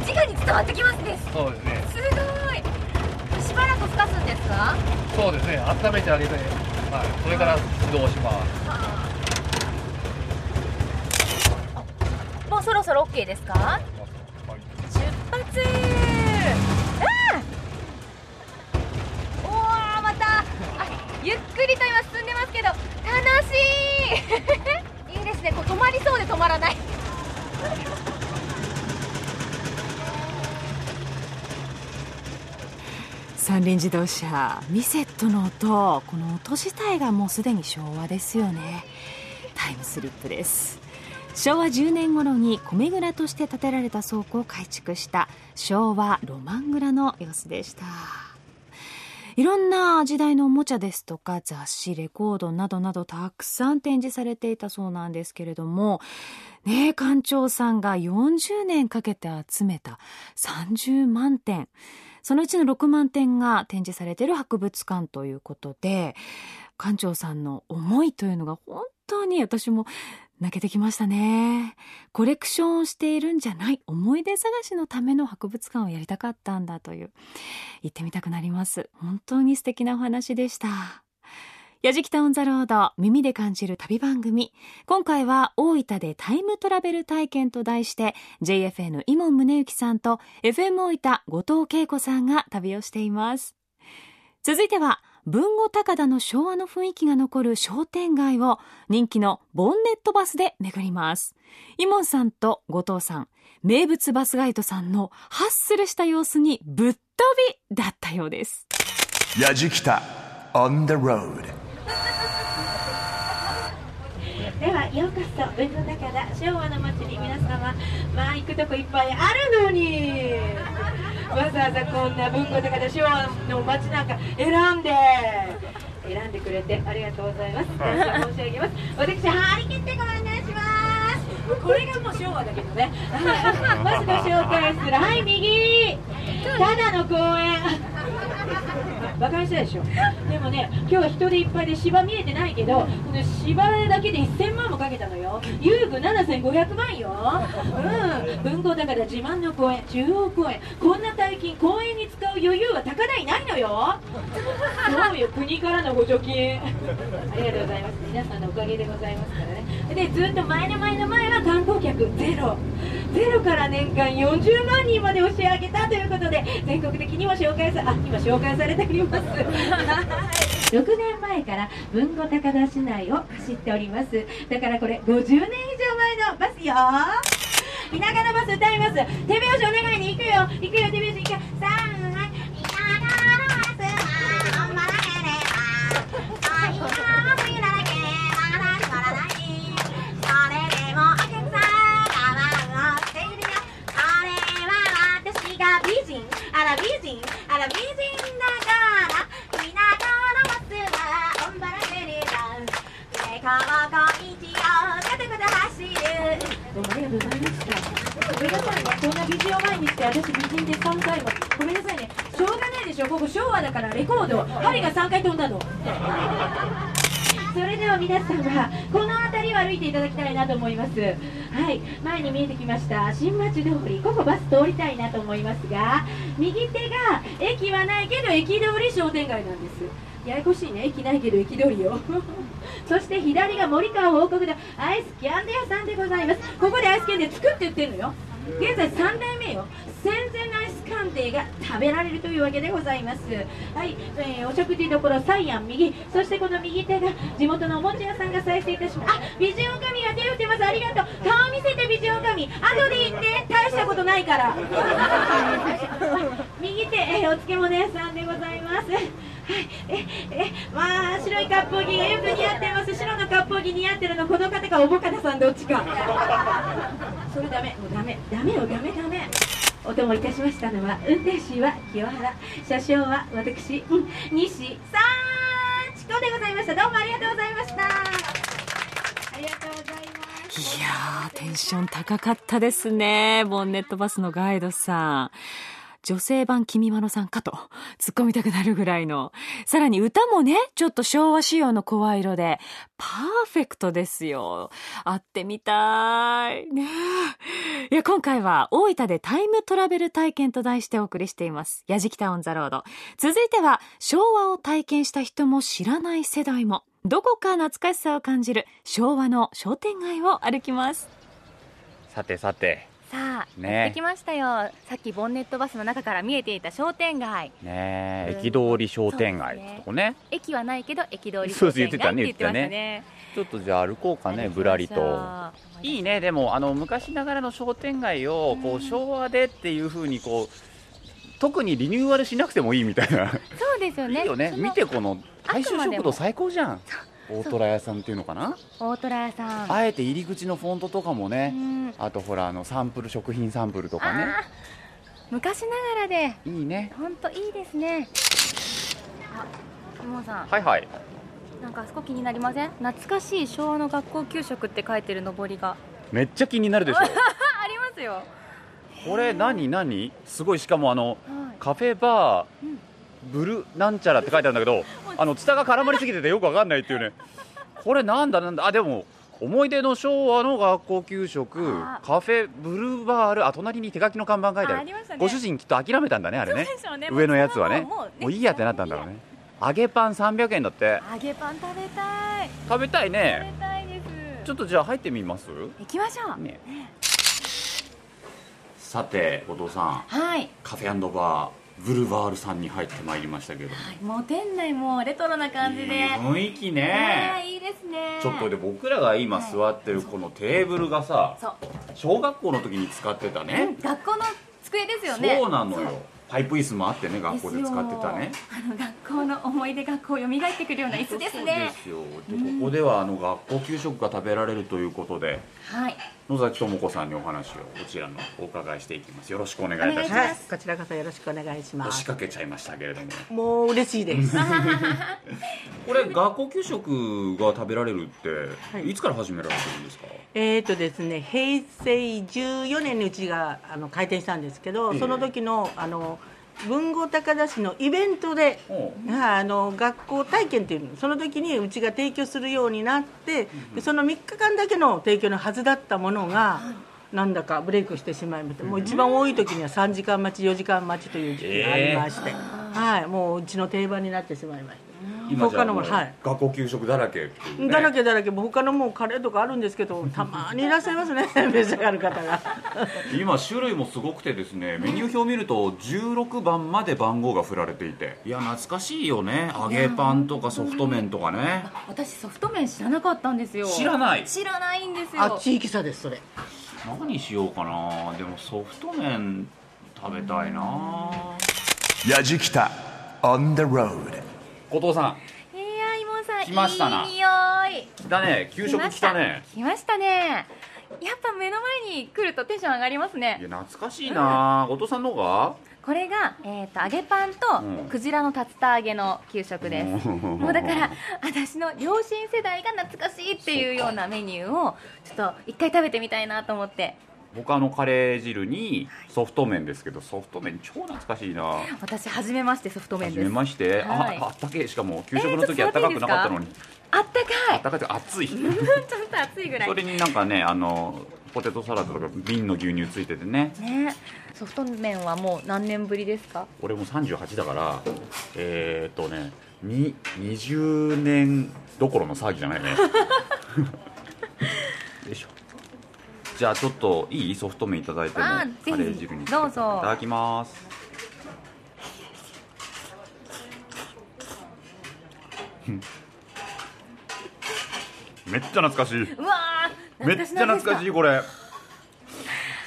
Speaker 3: 直に伝わってきますね
Speaker 7: そうですね
Speaker 3: すごいしばらくふかすんですか
Speaker 7: そうですね温めてあげて、はい、それから出動します
Speaker 3: もうそろそろ OK ですか出発あーおーまたあゆっくりと今進んでますけど楽しい いいですねこう止まりそうで止まらない
Speaker 4: 三輪自動車ミセットの音この音自体がもうすでに昭和ですよねタイムスリップです昭和10年頃に米蔵として建てられた倉庫を改築した昭和ロマン蔵の様子でしたいろんな時代のおもちゃですとか雑誌レコードなどなどたくさん展示されていたそうなんですけれどもねえ館長さんが40年かけて集めた30万点そのうちの6万点が展示されている博物館ということで館長さんの思いというのが本当に私も泣けてきましたねコレクションをしているんじゃない思い出探しのための博物館をやりたかったんだという行ってみたくなります本当に素敵なお話でしたやじきたオンザロード耳で感じる旅番組今回は大分でタイムトラベル体験と題して JFN 伊門宗行さんと FM 大分後藤恵子さんが旅をしています続いては文後高田の昭和の雰囲気が残る商店街を人気のボンネットバスで巡ります伊門さんと後藤さん名物バスガイドさんのハッスルした様子にぶっ飛びだったようです
Speaker 1: ヤジキタ on the road
Speaker 9: ではようこそ文の中だ昭和の街に皆様まあ行くとこいっぱいあるのにわざわざこんな文庫中だ昭和の街なんか選んで選んでくれてありがとうございます感謝申し上げます私張り切ってご案内しますこれがもう昭和だけどねはいまずご紹介するはい右ただの公園 バカにしたでしょでもね今日は人でいっぱいで芝見えてないけどこの芝だけで1000万もかけたのよ遊具7500万ようん文豪だから自慢の公園中央公園こんな大金公園に使う余裕は高台ないのよそうよ国からの補助金ありがとうございます皆さんのおかげでございますからねでずっと前の前の前は観光客ゼロゼロから年間40万人まで押し上げたということで全国的にも紹介さあ今紹介されておりますはい6年前から豊後高田市内を走っておりますだからこれ50年以上前のバスよ田舎のバス歌います手拍子お願いに行くよ行くよ手拍子行くよさあはい田舎のバスはまらへればあ田舎のバスならけまだしからないそれでもお客さんが笑っているよあれは私が美人あら美人あら美人だから田舎のバスはオンバラベリーだ上からこんにちはガタガタ走るどうもありがとうございましたごめんなさいねこんな美人を前にして私美人で3回もごめんなさいねしょうがないでしょここ昭和だからレコード針が3回飛んだのそれでは皆さんはこの辺りを歩いていただきたいなと思いますはい前に見えてきました新町通りここバス通りたいなと思いますが右手が駅はないけど駅通り商店街なんですややこしいね駅ないけど駅通りよそして左が森川報告堂アイスキャンデー屋さんでございますここでアイスキャンデー作って売ってるのよ現在3代目よ戦前のアイスキャンデーが食べられるというわけでございますはい、えーお食事どころサイアン右そしてこの右手が地元のおもちゃ屋さんが再生いたしますあ美人女将が手を打ってますありがとう顔見せて美人女将後で行って大したことないから 右手、えーお漬物屋さんでございますはい、え、え、まあ、白い割烹着がよく似合ってます。白の割烹着似合ってるの、この方か、おぼかたさん、どっちか。それダメもうダメダメよダメダメお供いたしましたのは運転手は清原車掌は私、うん、西さんチコでございましたどうもありがとうございましたありがとうございます
Speaker 4: いやー、テンション高かったですね。ボンネットバスのガイドさん。女性版君まろさんかと、突っ込みたくなるぐらいの。さらに歌もね、ちょっと昭和仕様の声色で、パーフェクトですよ。会ってみたい。ねえ いや、今回は大分でタイムトラベル体験と題してお送りしています。やじきたオンザロード。続いては、昭和を体験した人も知らない世代も、どこか懐かしさを感じる昭和の商店街を歩きます。
Speaker 2: さてさて
Speaker 3: さあ、
Speaker 2: ね
Speaker 3: やってきましたよさっきボンネットバスの中から見えていた商店街
Speaker 2: ねえ
Speaker 3: うん
Speaker 2: 駅通り商店街ってと
Speaker 3: そうですね
Speaker 2: こね
Speaker 3: 駅はないけど駅通り
Speaker 2: そう
Speaker 3: 商
Speaker 2: です言っ
Speaker 3: 店
Speaker 2: て
Speaker 3: 街
Speaker 2: た
Speaker 3: っ
Speaker 2: ね
Speaker 3: て言ってましたね
Speaker 2: ちょっとじゃあ歩こうかねぶらりといいねでもあの昔ながらの商店街をこう昭和でっていうふうにこう特にリニューアルしなくてもいいみたいな
Speaker 3: そうですよね
Speaker 2: いいよね
Speaker 3: その
Speaker 2: 見てこの大衆
Speaker 3: あくまで
Speaker 2: 食
Speaker 3: も
Speaker 2: 堂最高じゃん大虎屋さんっていうのかな
Speaker 3: 大虎屋さん
Speaker 2: あえて入り口のフォントとかも
Speaker 3: う
Speaker 2: ね
Speaker 3: ん
Speaker 2: あとほらあのサンプル食品サンプルとかね
Speaker 3: あー昔ながらで
Speaker 2: いいね
Speaker 3: 本当いいですねあキモさん
Speaker 2: はいはい
Speaker 3: なんかあそこ気になりません懐かしい昭和の学校給食って書いてるのぼりが
Speaker 2: めっちゃ気になるでしょ
Speaker 3: あありますよ、は
Speaker 2: これ何何すごいしかもあの
Speaker 3: い、
Speaker 2: カフェバー、
Speaker 3: うん
Speaker 2: ブルなんちゃらって書いてあるんだけどあのツタが絡まりすぎててよくわかんないっていうねこれなんだなんだあでも思い出の昭和の学校給食
Speaker 3: あ
Speaker 2: カフェブルーバールあ隣に手書きの看板書いてあ
Speaker 3: あ
Speaker 2: る
Speaker 3: ありましたね
Speaker 2: ご主人きっと諦めたんだねあれね
Speaker 3: そうでしょうね
Speaker 2: 上のやつはね
Speaker 3: もうもうね
Speaker 2: いいやってなったんだろうね揚げパン300円だって
Speaker 3: 揚げパン食べたい
Speaker 2: 食べたい
Speaker 3: 食べ
Speaker 2: ね
Speaker 3: たいです
Speaker 2: ちょっとじゃあ入ってみます
Speaker 3: 行きましょう
Speaker 2: ねさて後藤さん
Speaker 3: はい
Speaker 2: カフェバーブルバールさんに入ってまいりましたけど
Speaker 3: もう店内もレトロな感じで
Speaker 2: いい雰囲気
Speaker 3: ね
Speaker 2: ね
Speaker 3: えいいですね
Speaker 2: ちょっとで僕らが今座ってるこのテーブルがさ
Speaker 3: そう
Speaker 2: 小学校の時に使ってたね
Speaker 3: 学校の机ですよね
Speaker 2: そうなのよパイプ椅子もあってね学校で使ってたね
Speaker 3: あの学校の思い出がこう蘇ってくるような椅子です
Speaker 2: で
Speaker 3: ね
Speaker 2: すよでここではあの学校給食が食べられるということで
Speaker 3: はい
Speaker 2: 野崎智子さんにお話をこちらのお伺いしていきますよろしくお願いいたし
Speaker 3: お願
Speaker 2: ま
Speaker 3: いし
Speaker 2: す
Speaker 3: ま
Speaker 10: こちらこそよろしくお願いしま
Speaker 2: 押し
Speaker 10: す。
Speaker 2: かけちゃいましたけれど
Speaker 10: も
Speaker 2: も
Speaker 10: う嬉しい です。
Speaker 2: これ学校給食が食べられるっ
Speaker 10: は
Speaker 2: て
Speaker 10: い
Speaker 2: いつから始められてるんですか
Speaker 10: えっとですね、平成14年にうちがあの開店したんですけど、その時のあの文豪高田市のイベントで
Speaker 2: お
Speaker 10: ああの学校体験っていうのその時にうちが提供するようになって、でその3日間だけの提供のはずだったものが、なんだかブレイクしてしまいましたもう一番多い時には3時間待ち4時間待ちという時期がありまして、はい、もううちの定番になってしまいました
Speaker 2: 今じゃ
Speaker 10: 他
Speaker 2: あ
Speaker 10: のものはい
Speaker 2: 学校給食だらけっていうね
Speaker 10: だらけだらけもう他のもうカレーとかあるんですけどたまにいらっしゃいますね 召し上がる方が
Speaker 2: 今種類もすごくてですねメニュー表を見ると16番まで番号が振られていて
Speaker 11: いや懐かしいよね揚げパンとかソフト麺とかね
Speaker 3: 私ソフト麺知らなかったんですよ
Speaker 11: 知らない
Speaker 3: 知らないんですよ
Speaker 10: あ地域差ですそれ
Speaker 11: 何しようかなでもソフト麺食べたいな
Speaker 1: やじきた on the road
Speaker 11: 後藤さん
Speaker 3: いやイモンさん
Speaker 11: 来ましたない
Speaker 3: い匂い
Speaker 11: 来たね給食来たね
Speaker 3: 来ましたねやっぱ目の前に来るとテンション上がります
Speaker 11: い
Speaker 3: ね
Speaker 11: や懐かしいな後藤さんの方が
Speaker 3: これが、えー、と揚げパンと
Speaker 11: うん
Speaker 3: クジラの竜田揚げの給食です、もうだから私の両親世代が懐かしいっていうようなメニューをちょっと一回食べてみたいなと思って
Speaker 11: 他のカレー汁にソフト麺ですけどソフト麺超懐かしいな
Speaker 3: 私初めましてソフト麺
Speaker 11: 初
Speaker 3: で
Speaker 11: め
Speaker 3: す
Speaker 11: まして、
Speaker 3: はい
Speaker 11: ああったけえしかも給食の時あったかくなかったのに、
Speaker 3: あったか
Speaker 11: あ
Speaker 3: い
Speaker 11: ったかいというか暑い
Speaker 3: ちょっと暑いぐらい
Speaker 11: それになんかねあのポテトサラダとか瓶の牛乳ついててね
Speaker 3: ねソフト麺はもう何年ぶりですか
Speaker 11: 俺も38だからえー、っとねに20年どころの騒ぎじゃ ないねよいしょじゃあちょっといいソフト麺いただいても
Speaker 3: あ
Speaker 11: カ
Speaker 3: ーぜひ
Speaker 11: レー汁につけて
Speaker 3: どうぞ
Speaker 11: いただきますうんめっちゃ懐かしいう
Speaker 3: わー
Speaker 11: めっちゃ懐かしい
Speaker 3: い
Speaker 11: これ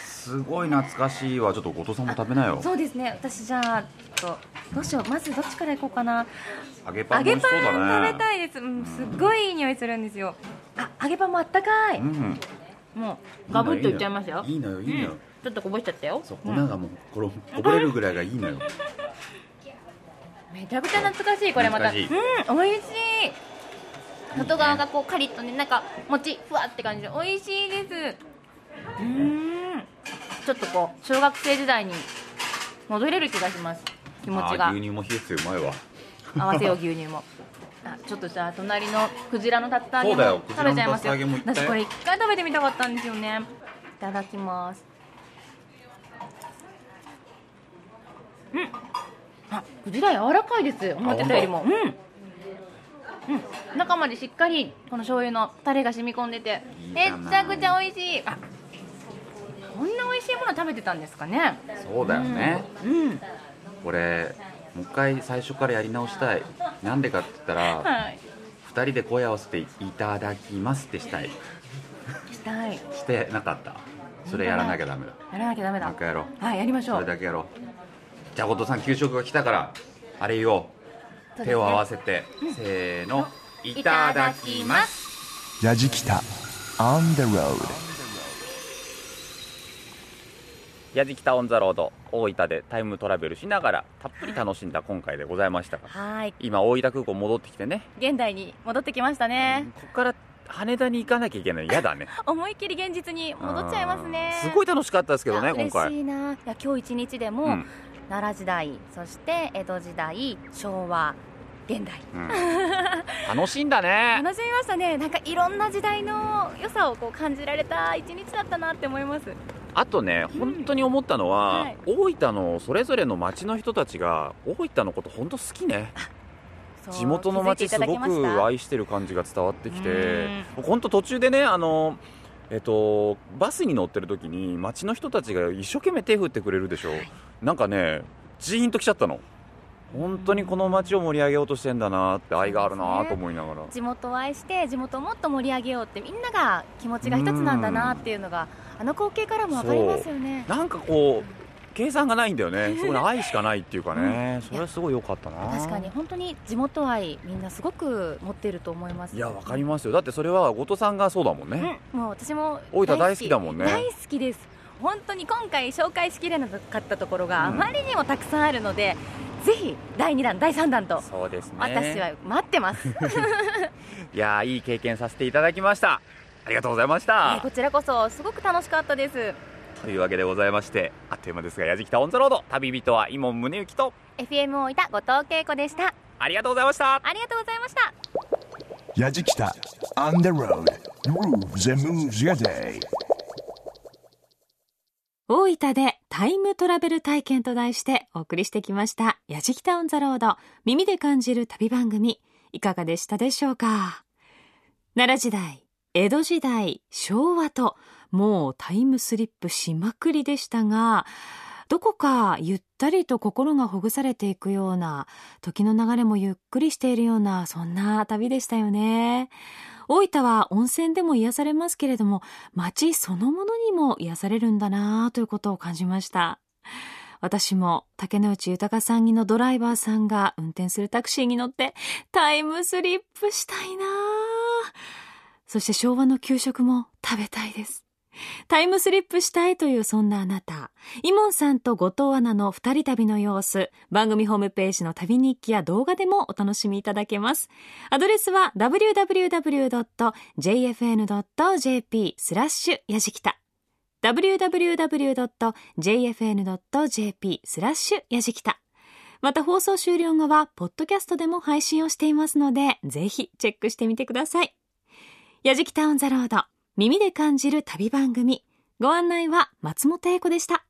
Speaker 11: すごい懐かしいわちょっと後藤さんも食べなよ
Speaker 3: そうですね私じゃあちょっとどうしようまずどっちから行こうかな
Speaker 11: 揚げパ
Speaker 3: 揚
Speaker 11: ンも美
Speaker 3: げ
Speaker 11: 味しそうだ
Speaker 3: パン
Speaker 11: ね
Speaker 3: 食べたいです、うん、すっごいいい匂いするんですよあ揚げパンもあったかい、
Speaker 11: うん
Speaker 3: もうガブッといっちゃいましたよ
Speaker 11: いいのよいいのよ、
Speaker 3: ちょっとこぼしちゃったよ
Speaker 11: そう粉がもうこれこぼれるぐらいがいいのよ
Speaker 3: めちゃくちゃ懐かしいこれまた
Speaker 11: 懐
Speaker 3: うん美味しい外側がこうカリッとねなんかもちふわって感じで美味しいですうーんちょっとこう小学生時代に戻れる気がします気持ち
Speaker 11: あ
Speaker 3: が
Speaker 11: ー牛乳も冷えててうまいわ
Speaker 3: 合わせよう牛乳もあちょっとじゃあ隣のクジラの竜田揚げ
Speaker 11: そうだ
Speaker 3: も
Speaker 11: よ
Speaker 3: 食べちゃいますよ
Speaker 11: クジラの竜田揚げも行ったよ
Speaker 3: 私これ一回食べてみたかったんですよねいただきますうんあクジラ柔らかいです思ってたよりもうん、うん、中までしっかりこの醤油のタレが染み込んでて
Speaker 11: いいじ
Speaker 3: め
Speaker 11: ゃ
Speaker 3: っ
Speaker 11: ない
Speaker 3: ちゃくちゃ美味しいあこんな美味しいもの食べてたんですかね
Speaker 11: そうだよね
Speaker 3: うん
Speaker 11: これもう一回最初からやり直したいなんでかって言ったら
Speaker 3: はい
Speaker 11: 二人で声合わせて「いただきます」ってしたい
Speaker 3: したい
Speaker 11: してなかったそれやらなきゃダメだ
Speaker 3: やらなきゃダメだ
Speaker 11: もう一回やろう
Speaker 3: はいやりましょ
Speaker 11: そうれだけやろうじゃあ後藤さん給食が来たからあれ言おう手を合わせてせーのいただきます
Speaker 3: す
Speaker 1: やじきた on the road
Speaker 2: やじきたオン・ザ・ロード大分でタイムトラベルしながらたっぷり楽しんだ今回でございましたが
Speaker 3: はい
Speaker 2: 今大分空港戻ってきてね
Speaker 3: 現代に戻ってきましたね、
Speaker 2: ここから羽田に行かなきゃいけない嫌だね
Speaker 3: 思いっきり現実に戻っちゃいますね
Speaker 2: うんすごい楽しかったですけどね今
Speaker 3: 嬉
Speaker 2: 回
Speaker 3: しいないや今日一日でも、
Speaker 2: うん
Speaker 3: 奈良時代そして江戸時代昭和現代
Speaker 2: うん楽しんだね
Speaker 3: 楽しみましたねなんかいろんな時代の良さをこう感じられた一日だったなって思います
Speaker 2: あとね本当に思ったのは、
Speaker 3: はい
Speaker 2: 大分のそれぞれの町の人たちが大分のこと本当好きね
Speaker 3: そう
Speaker 2: 地元の町
Speaker 3: 気
Speaker 2: す
Speaker 3: づいてい
Speaker 2: ご
Speaker 3: ただけました
Speaker 2: く愛してる感じが伝わってきて
Speaker 3: うん
Speaker 2: 僕本当途中でねあのえっと、バスに乗ってる時に町の人たちが一生懸命手振ってくれるでしょ、なんかねジーンときちゃったの本当にこの町を盛り上げようとしてんだなって愛があるなと思いながら、
Speaker 3: 地元を愛して地元をもっと盛り上げようってみんなが気持ちが一つなんだなっていうのがあの光景からも分かりますよね
Speaker 2: なんかこう計算がないんだよ ねそこに愛しかないっていうかね、それはすごい良かったな
Speaker 3: 確かに本当に地元愛みんなすごく持っていると思います
Speaker 2: いやわかりますよだってそれは後藤さんがそうだもんね、
Speaker 3: うん、もう私も
Speaker 2: 大分大好きだもんね
Speaker 3: 大好きです本当に今回紹介しきれなかったところがあ
Speaker 2: うん
Speaker 3: まりにもたくさんあるので、ぜひ第2弾第3弾と
Speaker 2: そうですね
Speaker 3: 私はい待っ てます、
Speaker 2: やいい経験させていただきましたありがとうございまし
Speaker 3: えー
Speaker 2: た
Speaker 3: こちらこそすごく楽しかったです
Speaker 11: というわけでございましてあっという間ですがやじきたオン・ザ・ロード旅人は伊門宗行と
Speaker 3: FM をいた後藤恵子でした
Speaker 11: ありがとうございました
Speaker 3: ありがとうございました
Speaker 1: ヤジキタ On the road Grooves and moves your day
Speaker 4: 大分でタイムトラベル体験と題してお送りしてきました「やじきたオン・ザ・ロード耳で感じる旅番組」いかがでしたでしょうか奈良時代江戸時代昭和ともうタイムスリップしまくりでしたがどこかゆったりと心がほぐされていくような時の流れもゆっくりしているようなそんな旅でしたよね大分は温泉でも癒されますけれども街そのものにも癒されるんだなあということを感じました私も竹野内豊さんにのドライバーさんが運転するタクシーに乗ってタイムスリップしたいなあそして昭和の給食も食べたいですタイムスリップしたいというそんなあなた。イモンさんと後藤アナの二人旅の様子、番組ホームページの旅日記や動画でもお楽しみいただけます。アドレスは www.jfn.jp スラッシュやじきた。www.jfn.jp スラッシュやじきた。また放送終了後は、ポッドキャストでも配信をしていますので、ぜひチェックしてみてください。やじきたオンザロード、耳で感じる旅番組。ご案内は松本英子でした。